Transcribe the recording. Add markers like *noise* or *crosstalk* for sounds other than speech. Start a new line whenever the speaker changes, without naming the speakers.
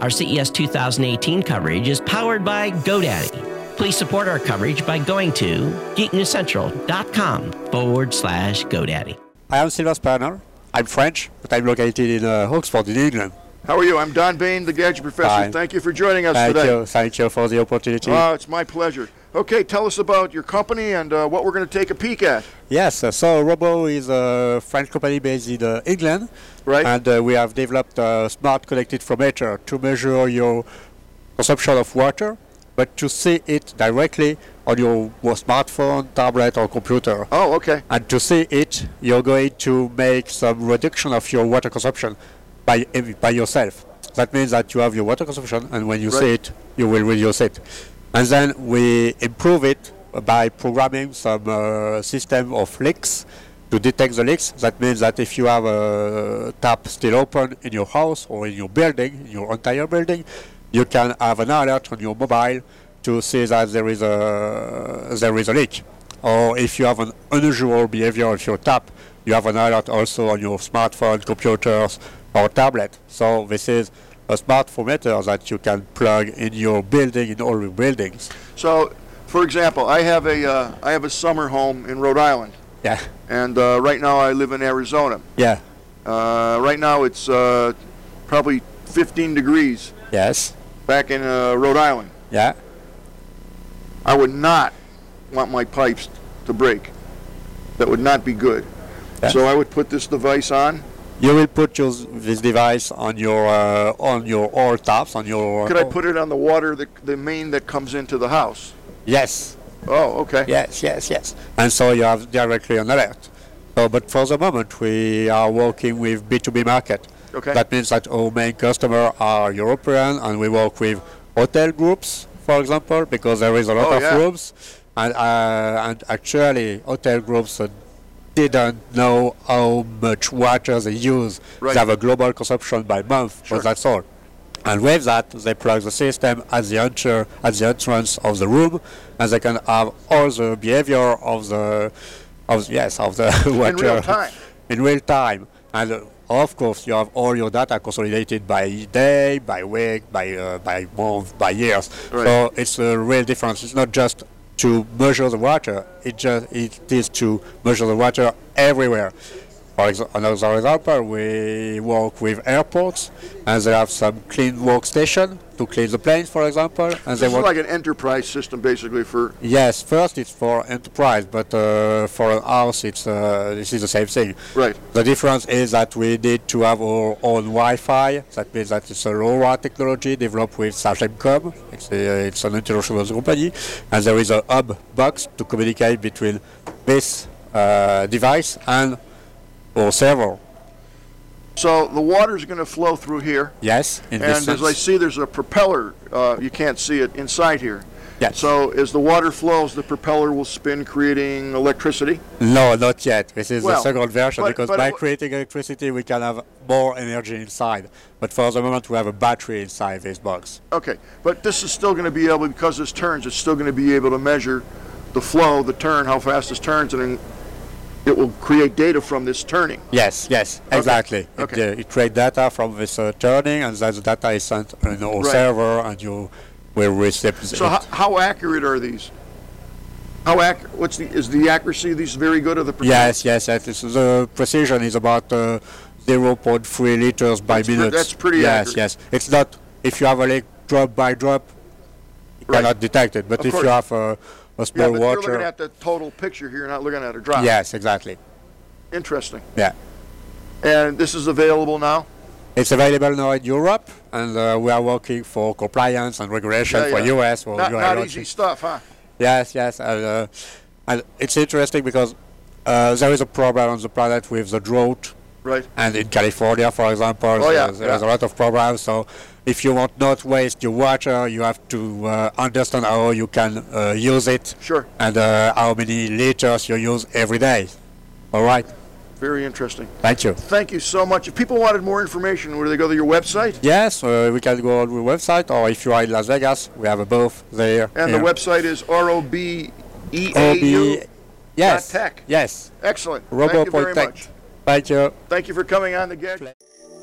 Our E CES 2018 coverage is powered by GoDaddy. Please support our coverage by going to geeknewscentral.com forward slash GoDaddy.
I am Sylvain Spanner. I'm French, but I'm located in uh, Oxford, in England.
How are you? I'm Don Bain, the Gadget Professor.
Fine.
Thank you for joining us
Thank
today.
you. Thank you for the opportunity.
Ah, it's my pleasure. Okay, tell us about your company and uh, what we're going to take a peek at.
Yes, uh, so Robo is a French company based in uh, England,
Right.
and uh, we have developed a smart connected thermometer to measure your consumption of water, but to see it directly on your smartphone, tablet, or computer.
Oh, okay.
And to see it, you're going to make some reduction of your water consumption by ev- by yourself. That means that you have your water consumption, and when you see
Right.
it, you will reduce it. And then we improve it by programming some uh, system of leaks to detect the leaks. That means that if you have a tap still open in your house or in your building, in your entire building, you can have an alert on your mobile to see that there is a there is a leak or Oh, if you have an unusual behavior of your tap, you have an alert also on your smartphone, computers, or tablet. So this is a smart thermometer that you can plug in your building, in all your buildings.
So, for example, I have a uh, I have a summer home in Rhode Island,
Yeah,
and uh, right now I live in Arizona.
yeah,
Uh, right now it's uh, probably 15 degrees
yes,
back in uh, Rhode Island.
yeah.
I would not want my pipes to break. That would not be good.
Yeah.
So I would put this device on.
You will put your, this device on your uh, on your all taps on your.
Could I put it on the water, the, the main that comes into the house?
Yes,
Oh, okay.
yes, yes, yes. And so you have directly an alert. So, but for the moment, we are working with B2B market.
Okay.
That means that our main customer are European, and we work with hotel groups, for example, because there is a lot
Oh,
of
yeah.
rooms, and uh, and actually hotel groups uh, didn't know how much water they use.
Right.
They have a global consumption by month,
Sure.
but that's all. And with that, they plug the system at the enter at the entrance of the room, and they can have all the behavior of the of yes of the *laughs* water
In real time.
in real time. And uh, of course, you have all your data consolidated by day, by week, by uh, by month, by years.
Right.
So it's a real difference. It's not just to measure the water. It just it is to measure the water everywhere. For exa- another example, we work with airports, and they have some clean workstation to clean the planes, for example, and they
This is
want
like an enterprise system, basically, for
Yes, first it's for enterprise, but uh, for an house, it's uh, this is the same thing.
Right.
The difference is that we need to have our own Wi-Fi. That means that it's a LoRa technology developed with Sargemcom. It's, a, it's an international company, and there is a hub box to communicate between this uh, device and our server.
So the water's going to flow through here,
Yes. In
and
this
as I
sense.
see, there's a propeller. Uh, you can't see it inside here.
Yes.
So as the water flows, the propeller will spin, creating electricity.
No, not yet. This is
Well,
the second version
but-
because
but
by
wh-
creating electricity, we can have more energy inside. But for the moment, we have a battery inside this box.
Okay, but this is still going to be able because this turns. It's still going to be able to measure the flow, the turn, how fast this turns, and then it will create data from this turning.
Yes, yes, exactly.
okay.
It, uh, it creates data from this uh, turning, and then the data is sent on our
Right.
server, and you will receive
So
it.
how, how accurate are these? How ac- What's the is the accuracy of these very good? Of the propeller?
yes, yes, yes. This is, the precision is about uh, 0.3 liters by
That's pre-
minute.
that's pretty
Yes,
accurate.
yes. It's not, if you have a leak drop by drop, you
Right.
cannot detect it. But
Of
if
course.
you have a, a
Yeah,
small
but
water.
you're looking at the total picture here, not looking at a drop.
Yes, exactly.
Interesting.
Yeah.
And this is available now?
It's available now in Europe, and uh, we are working for compliance and regulation
Yeah,
for
yeah.
US. For
Not,
you are
not
launching.
easy stuff, huh?
Yes, yes. And, uh, and it's interesting because uh, there is a problem on the planet with the drought.
Right.
And in California, for example,
Oh, yeah,
there's, there's
yeah.
a lot of problems. So if you want not waste your water, you have to uh, understand how you can uh, use it
Sure.
and uh, how many liters you use every day. All right.
Very interesting.
Thank you.
Thank you so much. If people wanted more information, where do they go to your website?
Yes, uh, we can go on the website, or if you are in Las Vegas, we have a booth there.
And the
here.
website is
OB. E
robeau.
Yes.
tech.
Yes.
E Excellent. Thank you very
Robo.tech.
much.
Thank you.
Thank you for coming on the Gadget.